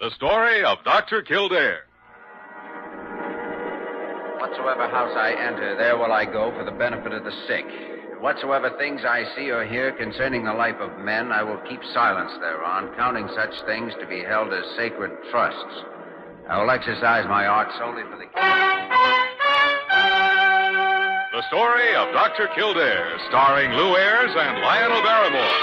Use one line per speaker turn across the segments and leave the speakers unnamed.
The story of Dr. Kildare.
Whatsoever house I enter, there will I go for the benefit of the sick. Whatsoever things I see or hear concerning the life of men, I will keep silence thereon, counting such things to be held as sacred trusts. I will exercise my art solely for the.
The story of Dr. Kildare, starring Lou Ayres and Lionel Barrymore.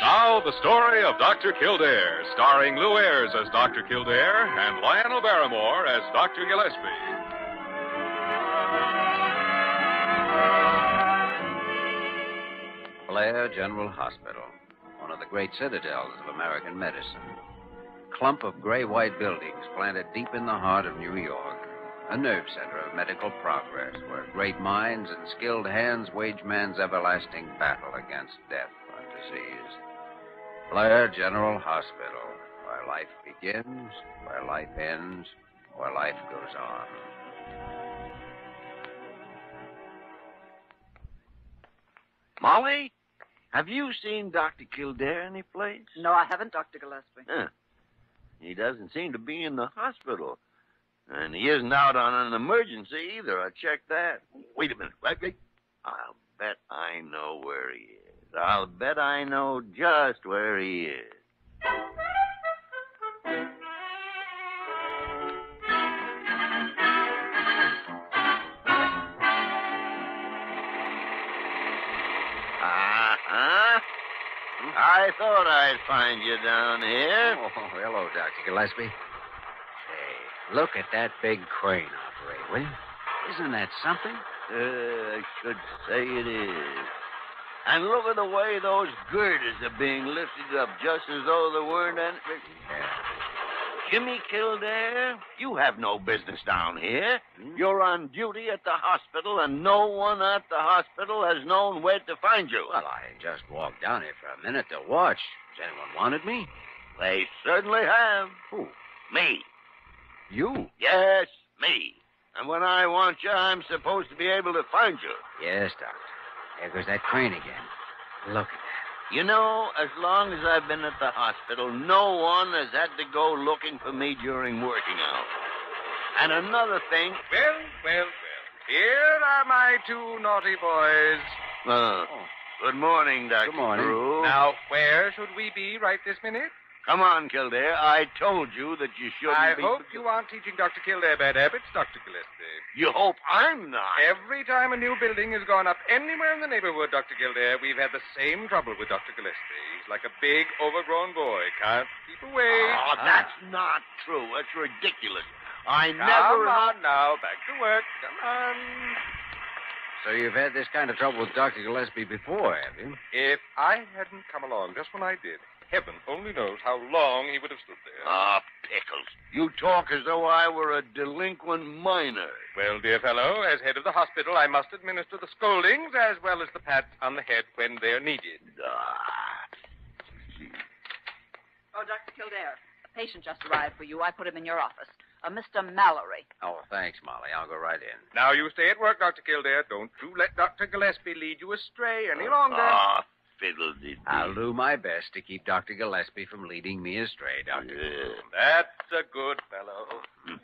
Now, the story of Dr. Kildare, starring Lou Ayres as Dr. Kildare and Lionel Barrymore as Dr. Gillespie.
Blair General Hospital, one of the great citadels of American medicine. Clump of gray white buildings planted deep in the heart of New York, a nerve center of medical progress where great minds and skilled hands wage man's everlasting battle against death and disease. Blair General Hospital, where life begins, where life ends, where life goes on.
Molly, have you seen Dr. Kildare any place?
No, I haven't, Dr. Gillespie.
Huh. He doesn't seem to be in the hospital. And he isn't out on an emergency either. I checked that. Wait a minute. Wait, wait. I'll bet I know where he is. I'll bet I know just where he is. Uh-huh. I thought I'd find you down here.
Oh, hello, Dr. Gillespie. Hey, look at that big crane operate, will you? Isn't that something?
Uh, I should say it is. And look at the way those girders are being lifted up, just as though there weren't any. Jimmy Kildare, you have no business down here. You're on duty at the hospital, and no one at the hospital has known where to find you.
Well, I just walked down here for a minute to watch. Has anyone wanted me?
They certainly have.
Who?
Me.
You?
Yes, me. And when I want you, I'm supposed to be able to find you.
Yes, Doctor. There goes that crane again. Look
You know, as long as I've been at the hospital, no one has had to go looking for me during working hours. And another thing.
Well, well, well. Here are my two naughty boys.
Uh, Good morning, Dr.
Oh. Good morning.
Drew.
Now, where should we be right this minute?
come on, Kildare. I told you that you shouldn't
I
be.
hope you aren't teaching Dr. Kildare bad habits, Dr. Gillespie.
You hope I'm not.
Every time a new building has gone up anywhere in the neighborhood, Dr. Kildare, we've had the same trouble with Dr. Gillespie. He's like a big, overgrown boy. Can't keep away.
Oh, that's not true. That's ridiculous. I
Come
never.
on now. Back to work. Come on.
So you've had this kind of trouble with Dr. Gillespie before, have you?
If I hadn't come along just when I did, heaven only knows how long he would have stood there.
Ah, pickles. You talk as though I were a delinquent minor.
Well, dear fellow, as head of the hospital, I must administer the scoldings as well as the pats on the head when they're needed.
Ah,
Oh, Dr. Kildare, a patient just arrived for you. I put him in your office. A Mr. Mallory.
Oh, thanks, Molly. I'll go right in.
Now you stay at work, Dr. Kildare. Don't you let Dr. Gillespie lead you astray any longer.
Ah, fiddle did
I'll do my best to keep Dr. Gillespie from leading me astray, Doctor.
That's a good fellow.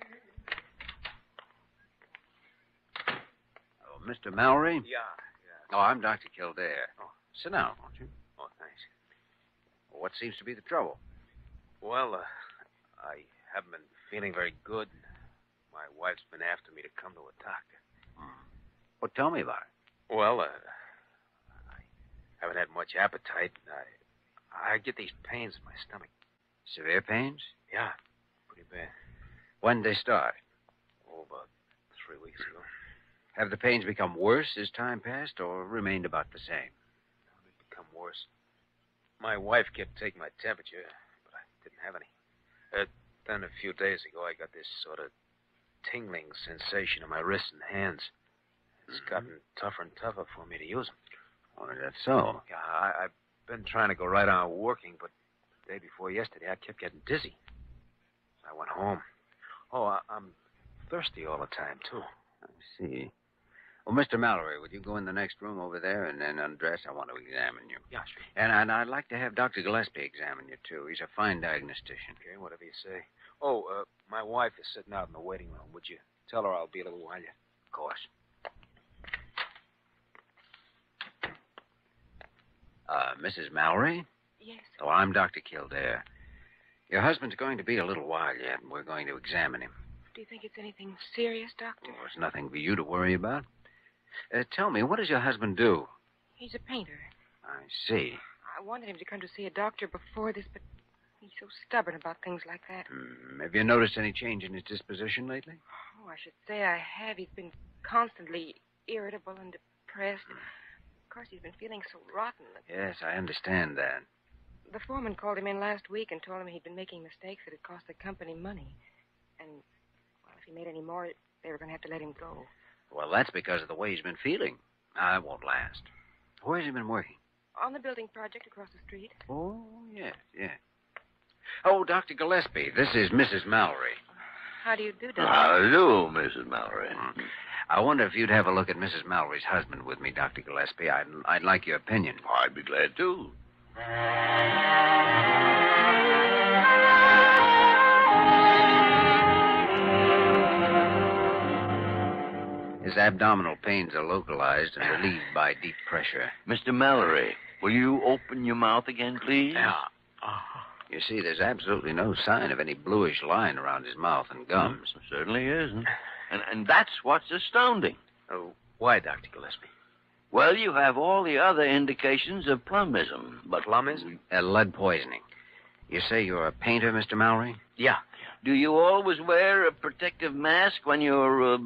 Oh, Mr. Mallory?
Yeah.
Oh, I'm Dr. Kildare. Oh, sit down, won't you? Oh, thanks. What seems to be the trouble?
Well, uh, I haven't been feeling very good. My wife's been after me to come to a doctor.
Well, Oh, tell me about it.
Well, uh, I haven't had much appetite. I, I I get these pains in my stomach.
Severe pains?
Yeah, pretty bad.
When did they start?
Oh, about three weeks ago.
Have the pains become worse as time passed or remained about the same?
It become worse. My wife kept taking my temperature, but I didn't have any. Uh, then a few days ago, I got this sort of tingling sensation in my wrists and hands. It's gotten tougher and tougher for me to use them.
Oh, is that so?
Yeah, I, I've been trying to go right on working, but the day before yesterday, I kept getting dizzy. I went home. Oh, I, I'm thirsty all the time, too.
I see. Well, Mr. Mallory, would you go in the next room over there and then undress? I want to examine you.
Yeah, sure.
And, and I'd like to have Dr. Gillespie examine you, too. He's a fine diagnostician.
Okay, whatever you say. Oh, uh, my wife is sitting out in the waiting room. Would you tell her I'll be a little while? You...
Of course. Uh, Mrs. Mallory?
Yes.
Oh, I'm Dr. Kildare. Your husband's going to be a little while yet, and we're going to examine him.
Do you think it's anything serious,
Oh,
Doctor?
it's nothing for you to worry about. Uh, tell me, what does your husband do?
He's a painter.
I see.
I wanted him to come to see a doctor before this, but he's so stubborn about things like that.
Hmm, have you noticed any change in his disposition lately?
Oh, I should say I have. He's been constantly irritable and depressed. Of course, he's been feeling so rotten.
Yes, I understand that.
The foreman called him in last week and told him he'd been making mistakes that had cost the company money. And, well, if he made any more, they were going to have to let him go.
Well, that's because of the way he's been feeling. Now, that won't last. Where's he been working?
On the building project across the street.
Oh, yes, yes. Oh, Dr. Gillespie, this is Mrs. Mallory.
How do you do, Doctor?
How do, you do, Mrs. Mallory?
I wonder if you'd have a look at Mrs. Mallory's husband with me, Dr. Gillespie. I'd, I'd like your opinion.
Oh, I'd be glad to.
His abdominal pains are localized and relieved by deep pressure.
Mr. Mallory, will you open your mouth again, please?
You see, there's absolutely no sign of any bluish line around his mouth and gums.
Certainly isn't. And, and that's what's astounding.
Oh, why, Dr. Gillespie?
Well, you have all the other indications of plumbism, but
Plumbism?
Uh, lead poisoning. You say you're a painter, Mr. Mallory?
Do you always wear a protective mask when you're uh,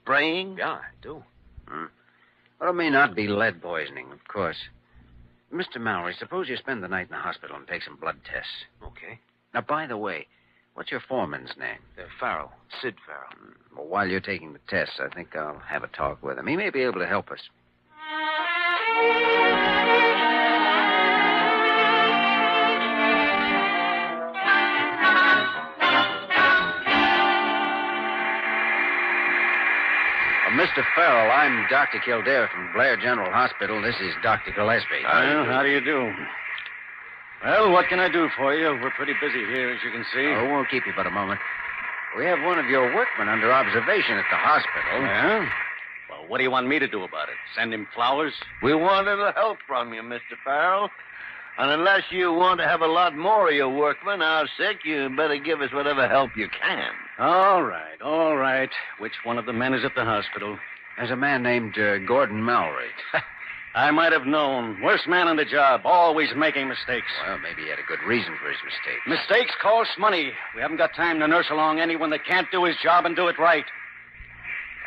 spraying?
Yeah, I do.
Well, it may not be lead poisoning, of course. Mr. Mallory, suppose you spend the night in the hospital and take some blood tests.
Okay.
Now, by the way, what's your foreman's name? Hmm,
Uh, Farrell. Sid Farrell.
Well, while you're taking the tests, I think I'll have a talk with him. He may be able to help us. Well, Mr. Farrell, I'm Dr. Kildare from Blair General Hospital. This is Dr. Gillespie.
how do you do? Well, what can I do for you? We're pretty busy here, as you can see.
Oh, won't keep you but a moment. We have one of your workmen under observation at the hospital.
Yeah? Well, what do you want me to do about it? Send him flowers?
We want a little help from you, Mr. Farrell. And unless you want to have a lot more of your workmen out sick, you better give us whatever help you can.
All right, all right. Which one of the men is at the hospital?
There's a man named uh, Gordon Mallory.
I might have known. Worst man on the job, always making mistakes.
Well, maybe he had a good reason for his mistake.
Mistakes cost money. We haven't got time to nurse along anyone that can't do his job and do it right.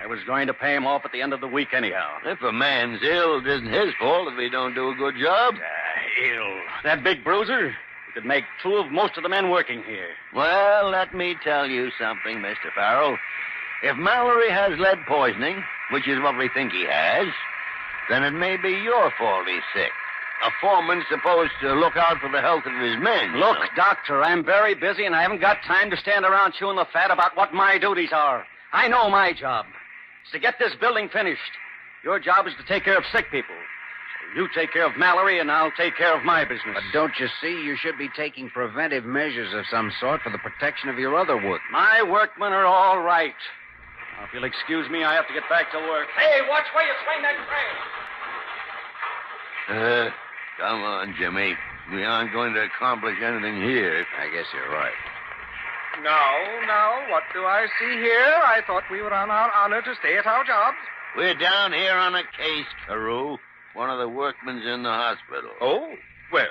I was going to pay him off at the end of the week, anyhow.
If a man's ill, it isn't his fault if he don't do a good job.
Uh, ill. That big bruiser? We could make two of most of the men working here.
Well, let me tell you something, Mr. Farrell. If Mallory has lead poisoning, which is what we think he has, then it may be your fault he's sick. A foreman's supposed to look out for the health of his men. you
Look,
know.
Doctor, I'm very busy and I haven't got time to stand around chewing the fat about what my duties are. I know my job. It's to get this building finished. Your job is to take care of sick people. So you take care of Mallory and I'll take care of my business.
But don't you see, you should be taking preventive measures of some sort for the protection of your other work.
My workmen are all right. Now, if you'll excuse me, I have to get back to work. Hey, watch where you swing that crane.
Uh, come on, Jimmy. We aren't going to accomplish anything here.
I guess you're right.
Now, now, what do I see here? I thought we were on our honor to stay at our jobs.
We're down here Oh. on a case, Carew. One of the workmen's in the hospital.
Oh, well,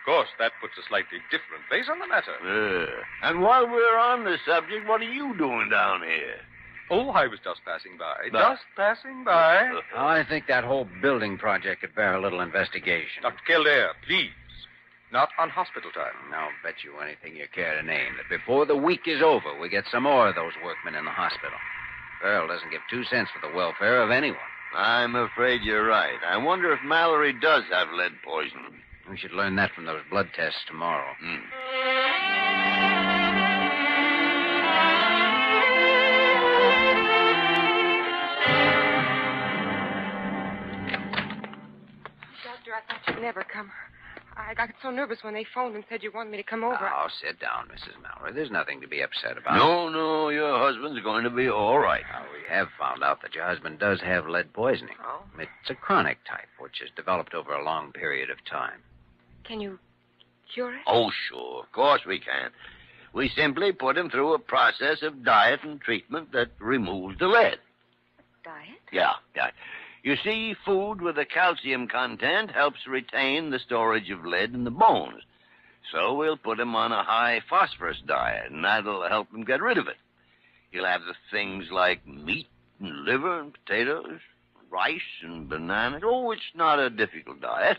Of course, that puts a slightly different face on the matter.
Yeah. And while we're on the subject, what are you doing down here?
Oh, I was just passing by.
No.
Just passing by.
Uh.
Now, I think that whole building project could bear a little investigation.
Dr. Kildare, please. Not on hospital time.
And I'll bet you anything you care to name that before the week is over, we get some more of those workmen in the hospital. Earl doesn't give two cents for the welfare of anyone.
I'm afraid you're right. I wonder if Mallory does have lead poisoning.
We should learn that from those blood tests tomorrow.
Hmm.
Doctor, I thought you'd never come. I got so nervous when they phoned and said you wanted me to come over.
Uh,
Oh, sit down, Mrs. Mallory. There's nothing to be upset about.
No, no, your husband's going to be all right.
Now, we have found out that your husband does have lead poisoning.
Oh.
It's a chronic type, which has developed over a long period of time.
Can you cure it?
Oh, sure. Of course we can. We simply put him through a process of diet and treatment that removes the lead.
Diet?
Yeah, yeah. You see, food with a calcium content helps retain the storage of lead in the bones. So we'll put him on a high phosphorus diet, and that'll help him get rid of it. He'll have the things like meat and liver and potatoes, rice and bananas. Oh, it's not a difficult diet.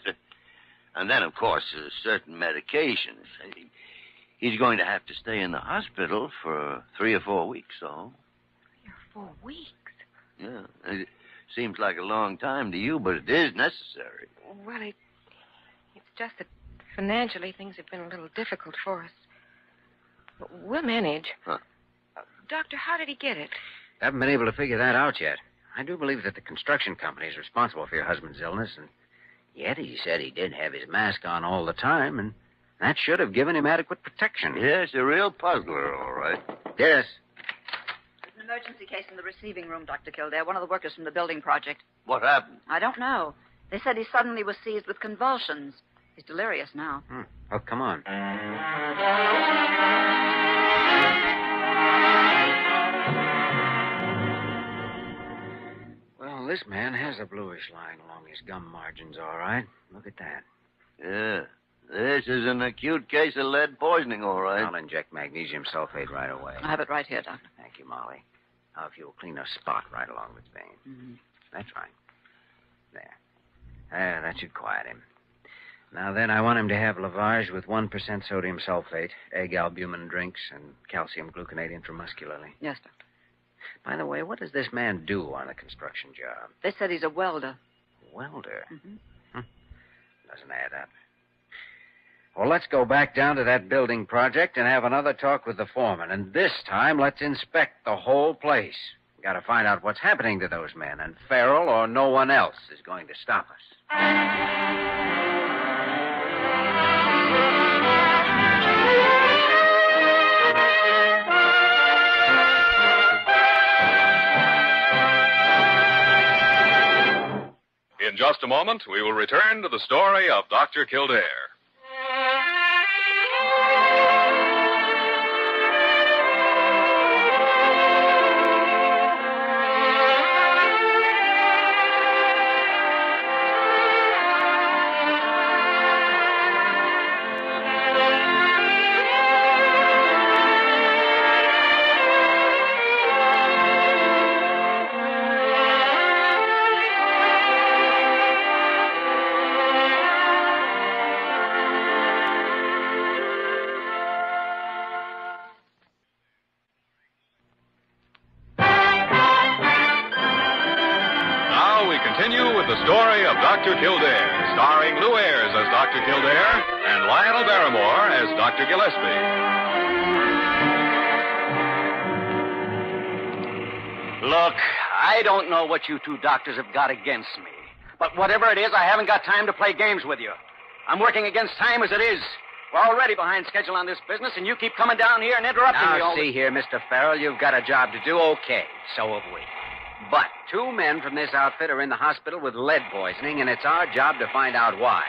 And then, of course, uh, certain medications. He's going to have to stay in the hospital for three or four weeks, so.
You're four weeks.
Yeah. It seems like a long time to you, but it is necessary.
Well, it, it's just that financially things have been a little difficult for us. But we'll manage.
Huh.
Uh, Doctor, how did he get it?
Haven't been able to figure that out yet. I do believe that the construction company is responsible for your husband's illness, and yet he said he did have his mask on all the time, and that should have given him adequate protection.
Yes, a real puzzler, all right.
Yes.
There's an emergency case in the receiving room, Dr. Kildare. One of the workers from the building project.
What happened?
I don't know. They said he suddenly was seized with convulsions. He's delirious now.
Oh, come on. Well, this man has a bluish line along his gum margins, all right. Look at that.
Yeah. This is an acute case of lead poisoning, all right.
I'll inject magnesium sulfate right away.
I have it right here, Doctor.
Thank you, Molly. Now, if you'll clean a spot right along the vein.
Mhm.
That's right. There. There, that should quiet him. Now then, I want him to have lavage with 1% sodium sulfate, egg albumin drinks, and calcium gluconate intramuscularly.
Yes, Doctor.
By the way, what does this man do on a construction job?
They said he's a welder.
Welder.
Mhm.
Doesn't add up. Well, let's go back down to that building project and have another talk with the foreman. And this time, let's inspect the whole place. Got to find out what's happening to those men, and Farrell or no one else is going to stop us.
In just a moment, we will return to the story of Dr. Kildare. Now we continue with the story of Dr. Kildare, starring Lou Ayres as Dr. Kildare and Lionel Barrymore as Dr. Gillespie.
Look, I don't know what you two doctors have got against me. But whatever it is, I haven't got time to play games with you. I'm working against time as it is. We're already behind schedule on this business, and you keep coming down here and interrupting me
Now,
all the-
see here, Mr. Farrell, you've got a job to do. Okay, so have we. But two men from this outfit are in the hospital with lead poisoning, and it's our job to find out why.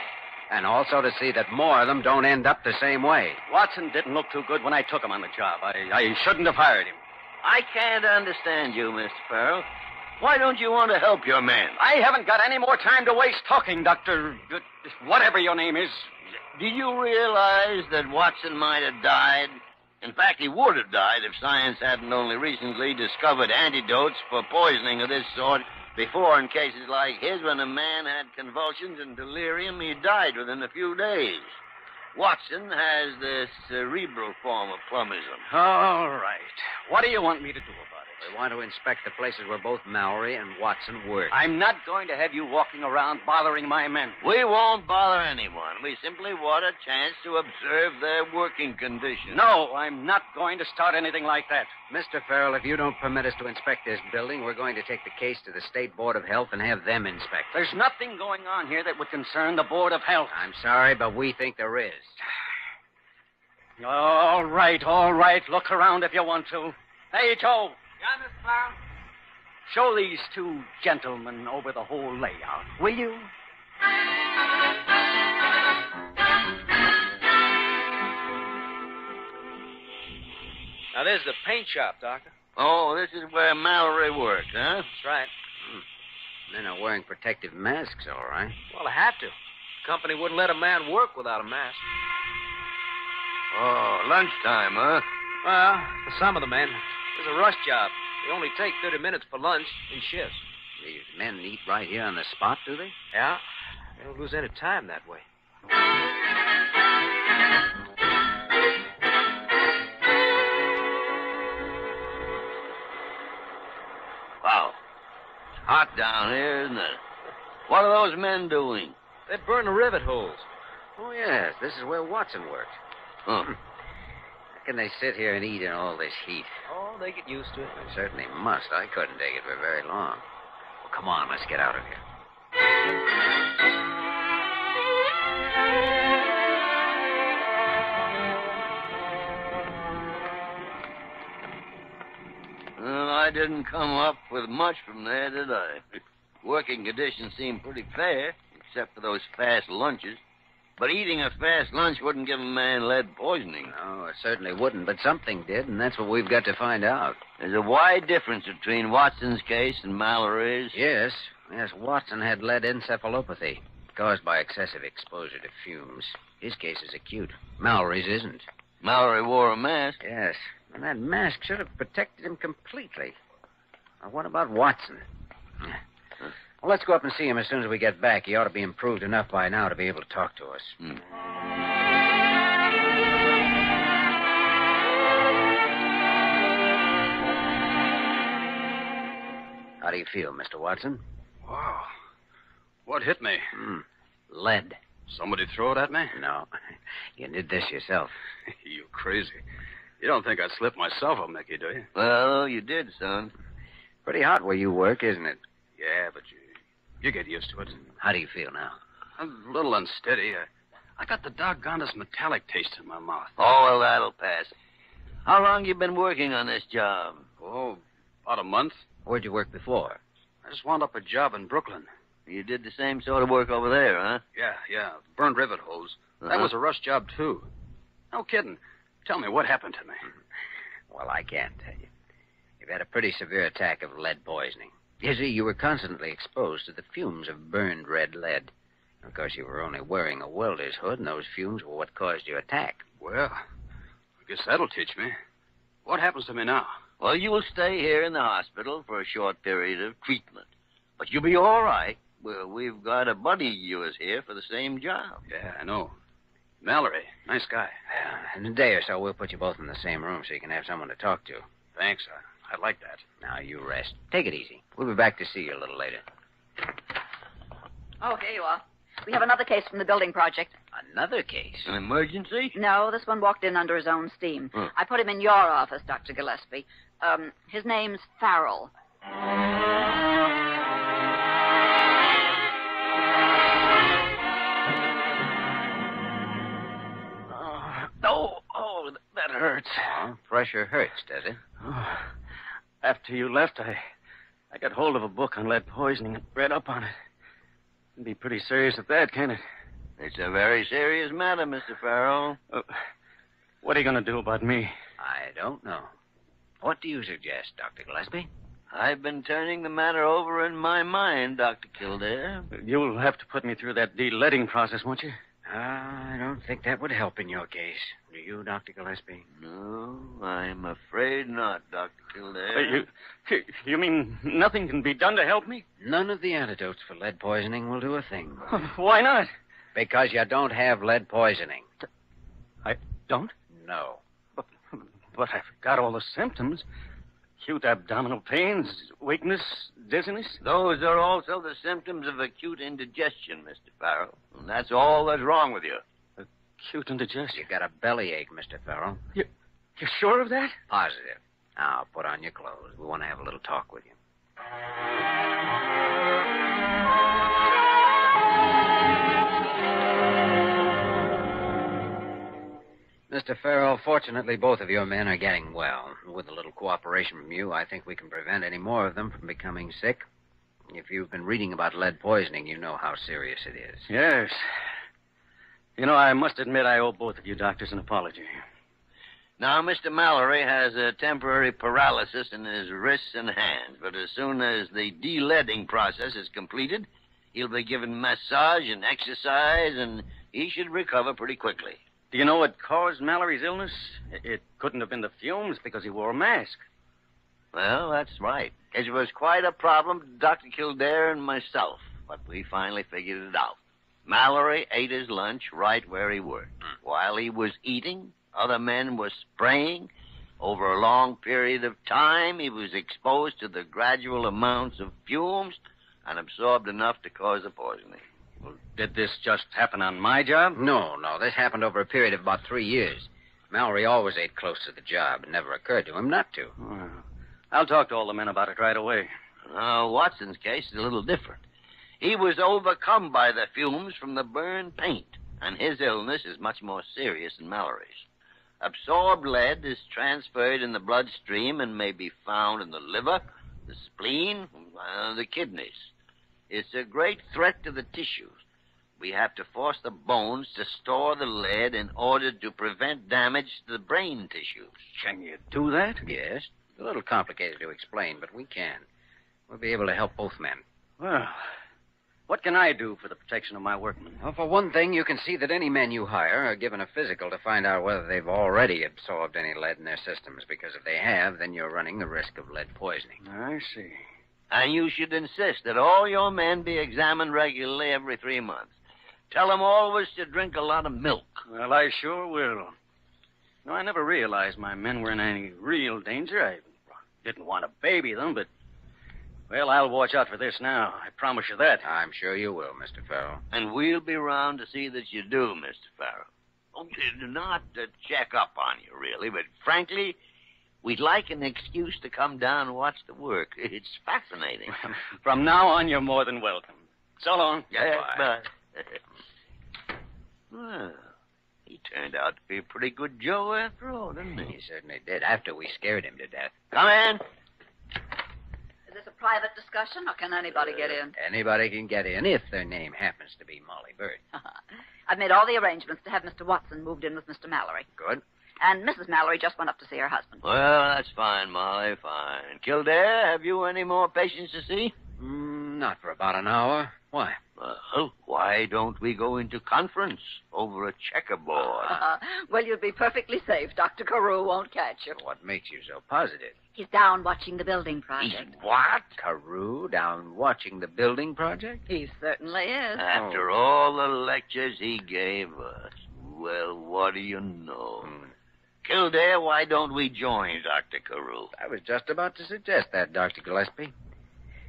And also to see that more of them don't end up the same way.
Watson didn't look too good when I took him on the job. I, I shouldn't have hired him.
I can't understand you, Mr. Farrell. Why don't you want to help your man?
I haven't got any more time to waste talking, Doctor. Whatever your name is.
Did you realize that Watson might have died? In fact, he would have died if science hadn't only recently discovered antidotes for poisoning of this sort. Before, in cases like his, when a man had convulsions and delirium, he died within a few days. Watson has the cerebral form of plumbism.
All right. What do you want me to do about it?
We want to inspect the places where both Mallory and Watson work.
I'm not going to have you walking around bothering my men.
We won't bother anyone. We simply want a chance to observe their working conditions.
No, I'm not going to start anything like that.
Mr. Farrell, if you don't permit us to inspect this building, we're going to take the case to the State Board of Health and have them inspect it.
There's nothing going on here that would concern the Board of Health.
I'm sorry, but we think there is.
All right, all right. Look around if you want to. Hey, Joe.
Yeah, Miss Brown?
Show these two gentlemen over the whole layout, will you?
Now, there's the paint shop, Doctor.
Oh, this is where Mallory worked, huh?
That's right.
Men are wearing protective masks, all right.
Well, I had to. Company wouldn't let a man work without a mask.
Oh, lunchtime, huh?
Well, for some of the men, it's a rush job. They only take 30 minutes for lunch and shifts.
These men eat right here on the spot, do they?
Yeah? They don't lose any time that way.
Wow. It's hot down here, isn't it? What are those men doing?
They burn the rivet holes.
Oh, yes. This is where Watson worked.
Huh.
How can they sit here and eat in all this heat?
Oh, they get used to it.
They certainly must. I couldn't take it for very long. Well, come on, let's get out of here.
Well, I didn't come up with much from there, did I? Working conditions seem pretty fair, except for those fast lunches. But eating a fast lunch wouldn't give a man lead poisoning.
No, it certainly wouldn't, but something did, and that's what we've got to find out.
There's a wide difference between Watson's case and Mallory's.
Yes, yes, Watson had lead encephalopathy caused by excessive exposure to fumes. His case is acute. Mallory's isn't.
Mallory wore a mask.
Yes, and that mask should have protected him completely. Now, what about Watson? Yeah. Well, let's go up and see him as soon as we get back. He ought to be improved enough by now to be able to talk to us. How do you feel, Mr. Watson?
Wow. What hit me?
Hmm. Lead.
Somebody throw it at me?
No. You did this yourself.
you crazy. You don't think I slipped myself a Mickey, do you?
Well, you did, son.
Pretty hot where you work, isn't it?
Yeah, but you, you get used to it.
How do you feel now?
I'm a little unsteady. I, I got the doggonest metallic taste in my mouth.
Oh, well, that'll pass. How long you been working on this job?
Oh, about a month.
Where'd you work before?
I just wound up a job in Brooklyn.
You did the same sort of work over there, huh?
Yeah, yeah. Burned rivet holes. That
Uh-huh.
was a rush job, too. No kidding. Tell me what happened to me.
Well, I can't tell you. You've had a pretty severe attack of lead poisoning. You see, you were constantly exposed to the fumes of burned red lead. Of course, you were only wearing a welder's hood, and those fumes were what caused your attack.
Well, I guess that'll teach me. What happens to me now?
Well, you will stay here in the hospital for a short period of treatment. But you'll be all right. Well, we've got a buddy of yours here for the same job.
Yeah, I know. Mallory, nice guy.
In a day or so, we'll put you both in the same room so you can have someone to talk to.
Thanks. I, I like that.
Now, you rest. Take it easy. We'll be back to see you a little later.
Oh, here you are. We have another case from the building project.
Another case?
An emergency?
No, this one walked in under his own steam.
Hmm.
I put him in your office, Dr. Gillespie. Um, his name's Farrell.
Oh, oh, that hurts.
Well, pressure hurts, does it?
Oh. After you left, I, I got hold of a book on lead poisoning and read up on it. It'd be pretty serious at that, can't it?
It's a very serious matter, Mr. Farrell.
Uh, what are you going to do about me?
I don't know. What do you suggest, Dr. Gillespie?
I've been turning the matter over in my mind, Dr. Kildare.
You'll have to put me through that de-leading process, won't you?
I don't think that would help in your case. Do you, Dr. Gillespie?
No, I'm afraid not, Dr.
Uh,
Kildare.
you, you mean nothing can be done to help me?
None of the antidotes for lead poisoning will do a thing.
Why not?
Because you don't have lead poisoning.
Don't?
No.
But I've got all the symptoms acute abdominal pains, weakness, dizziness.
Those are also the symptoms of acute indigestion, Mr. Farrell. And that's all that's wrong with you.
Acute indigestion.
You got a bellyache, Mr. Farrell.
You sure of that?
Positive. Now, put on your clothes. We want to have a little talk with you. Mr. Farrell, fortunately, both of your men are getting well. With a little cooperation from you, I think we can prevent any more of them from becoming sick. If you've been reading about lead poisoning, you know how serious it is.
Yes. You know, I must admit I owe both of you doctors an apology.
Now, Mr. Mallory has a temporary paralysis in his wrists and hands, but as soon as the de-leading process is completed, he'll be given massage and exercise, and he should recover pretty quickly.
Do you know what caused Mallory's illness? It- It couldn't have been the fumes because he wore a mask.
Well, that's right. It was quite a problem to Dr. Kildare and myself, but we finally figured it out. Mallory ate his lunch right where he worked. While he was eating, other men were spraying. Over a long period of time, he was exposed to the gradual amounts of fumes and absorbed enough to cause a poisoning.
Did this just happen on my job?
No, no. This happened over a period of about three years. Mallory always ate close to the job. It never occurred to him not to.
Well, I'll talk to all the men about it right away.
Now, Watson's case is a little different. He was overcome by the fumes from the burned paint, and his illness is much more serious than Mallory's. Absorbed lead is transferred in the bloodstream and may be found in the liver, the spleen, uh, the kidneys. It's a great threat to the tissues. We have to force the bones to store the lead in order to prevent damage to the brain tissues.
Can you do that?
Yes. A little complicated to explain, but we can. We'll be able to help both men.
Well, what can I do for the protection of my workmen?
Well, for one thing, you can see that any men you hire are given a physical to find out whether they've already absorbed any lead in their systems, because if they have, then you're running the risk of lead poisoning.
I see.
And you should insist that all your men be examined regularly every three months. Tell them always to drink a lot of milk.
Well, I sure will. No, I never realized my men were in any real danger. I didn't want to baby them, but. Well, I'll watch out for this now. I promise you that.
I'm sure you will, Mr. Farrell.
And we'll be round to see that you do, Mr. Farrell. Okay, not to check up on you, really, but frankly, we'd like an excuse to come down and watch the work. It's fascinating.
From now on, you're more than welcome. So long.
Yeah, but... well, he turned out to be a pretty good Joe after all, didn't
He
he?
certainly did, after we scared him to death.
Come in.
Is this a private discussion, or can anybody
Uh,
get in?
Anybody can get in if their name happens to be Molly Bird.
I've made all the arrangements to have Mr. Watson moved in with Mr. Mallory.
Good.
And Mrs. Mallory just went up to see her husband.
Well, that's fine, Molly, fine. Kildare, have you any more patients to see?
Mm, not for about an hour. Why?
Well, oh, why don't we go into conference over a checkerboard?
Oh. well, you'll be perfectly safe. Dr. Carew won't catch you.
What makes you so positive?
He's down watching the building project.
what?
Carew down watching the building project?
He certainly is.
After all the lectures he gave us. Well, what do you know?
Hmm. Mm,
Kildare, why don't we join Dr. Carew?
I was just about to suggest that, Dr. Gillespie.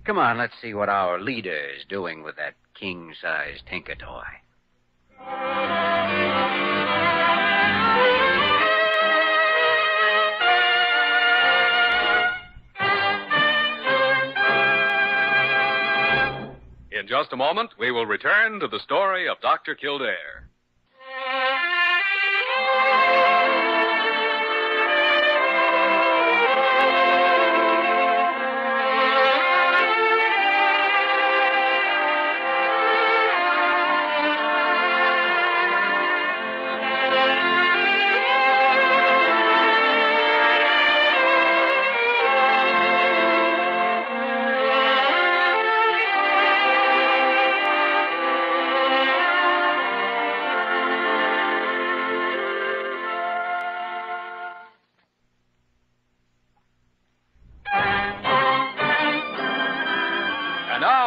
Come on, let's see what our leader is doing with that king size tinker toy.
In just a moment, we will return to the story of Dr. Kildare.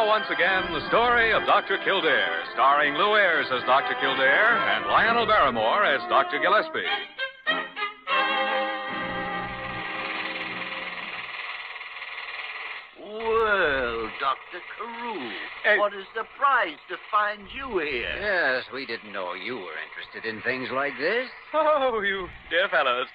once again, the story of Dr. Kildare, starring Lou Ayres as Dr. Kildare and Lionel Barrymore as Dr. Gillespie.
Well, Dr. Carew, what a surprise to find you here.
Yes, we didn't know you were interested in things like this.
Oh, you dear fellows.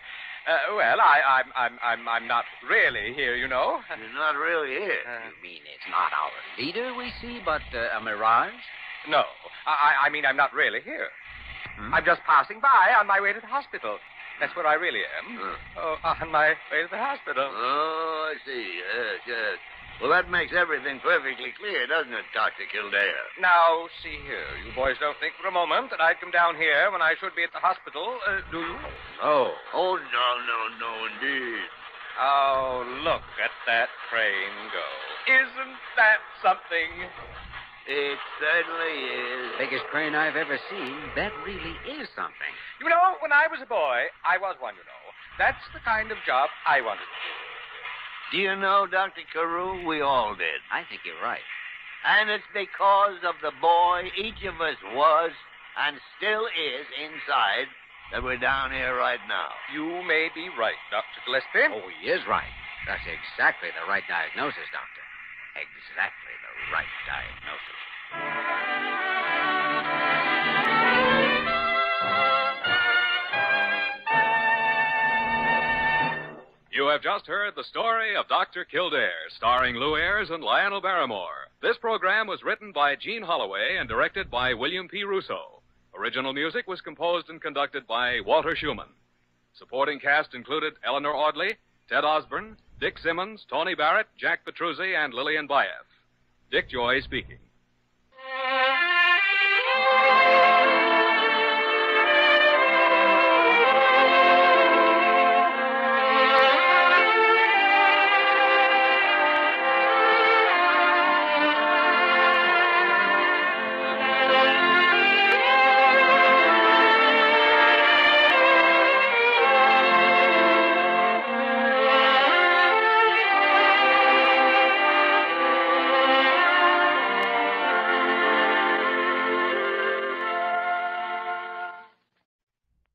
Uh, well, I, I'm, I'm, I'm, I'm not really here, you know.
You're not really here.
You mean it's not our leader we see, but uh, a mirage?
No, I, I mean I'm not really here. I'm just passing by on my way to the hospital. That's where I really am. Oh, on my way to the hospital.
Oh, I see. Yes, yes. Well, that makes everything perfectly clear, doesn't it, Dr. Kildare?
Now, see here, you boys don't think for a moment that I'd come down here when I should be at the hospital, uh, do you?
Oh.
Oh, no, no, no, indeed.
Oh, look at that train go. Isn't that something?
It certainly is.
Biggest crane I've ever seen. That really is something.
You know, when I was a boy, I was one, you know. That's the kind of job I wanted to do.
Do you know, Dr. Carew, we all did.
I think you're right.
And it's because of the boy each of us was and still is inside that we're down here right now.
You may be right, Dr. Gillespie.
Oh, he is right. That's exactly the right diagnosis, Doctor. Exactly the right diagnosis.
You have just heard the story of Dr. Kildare, starring Lou Ayres and Lionel Barrymore. This program was written by Gene Holloway and directed by William P. Russo. Original music was composed and conducted by Walter Schumann. Supporting cast included Eleanor Audley, Ted Osborne, Dick Simmons, Tony Barrett, Jack Petruzzi, and Lillian Baeff. Dick Joy speaking.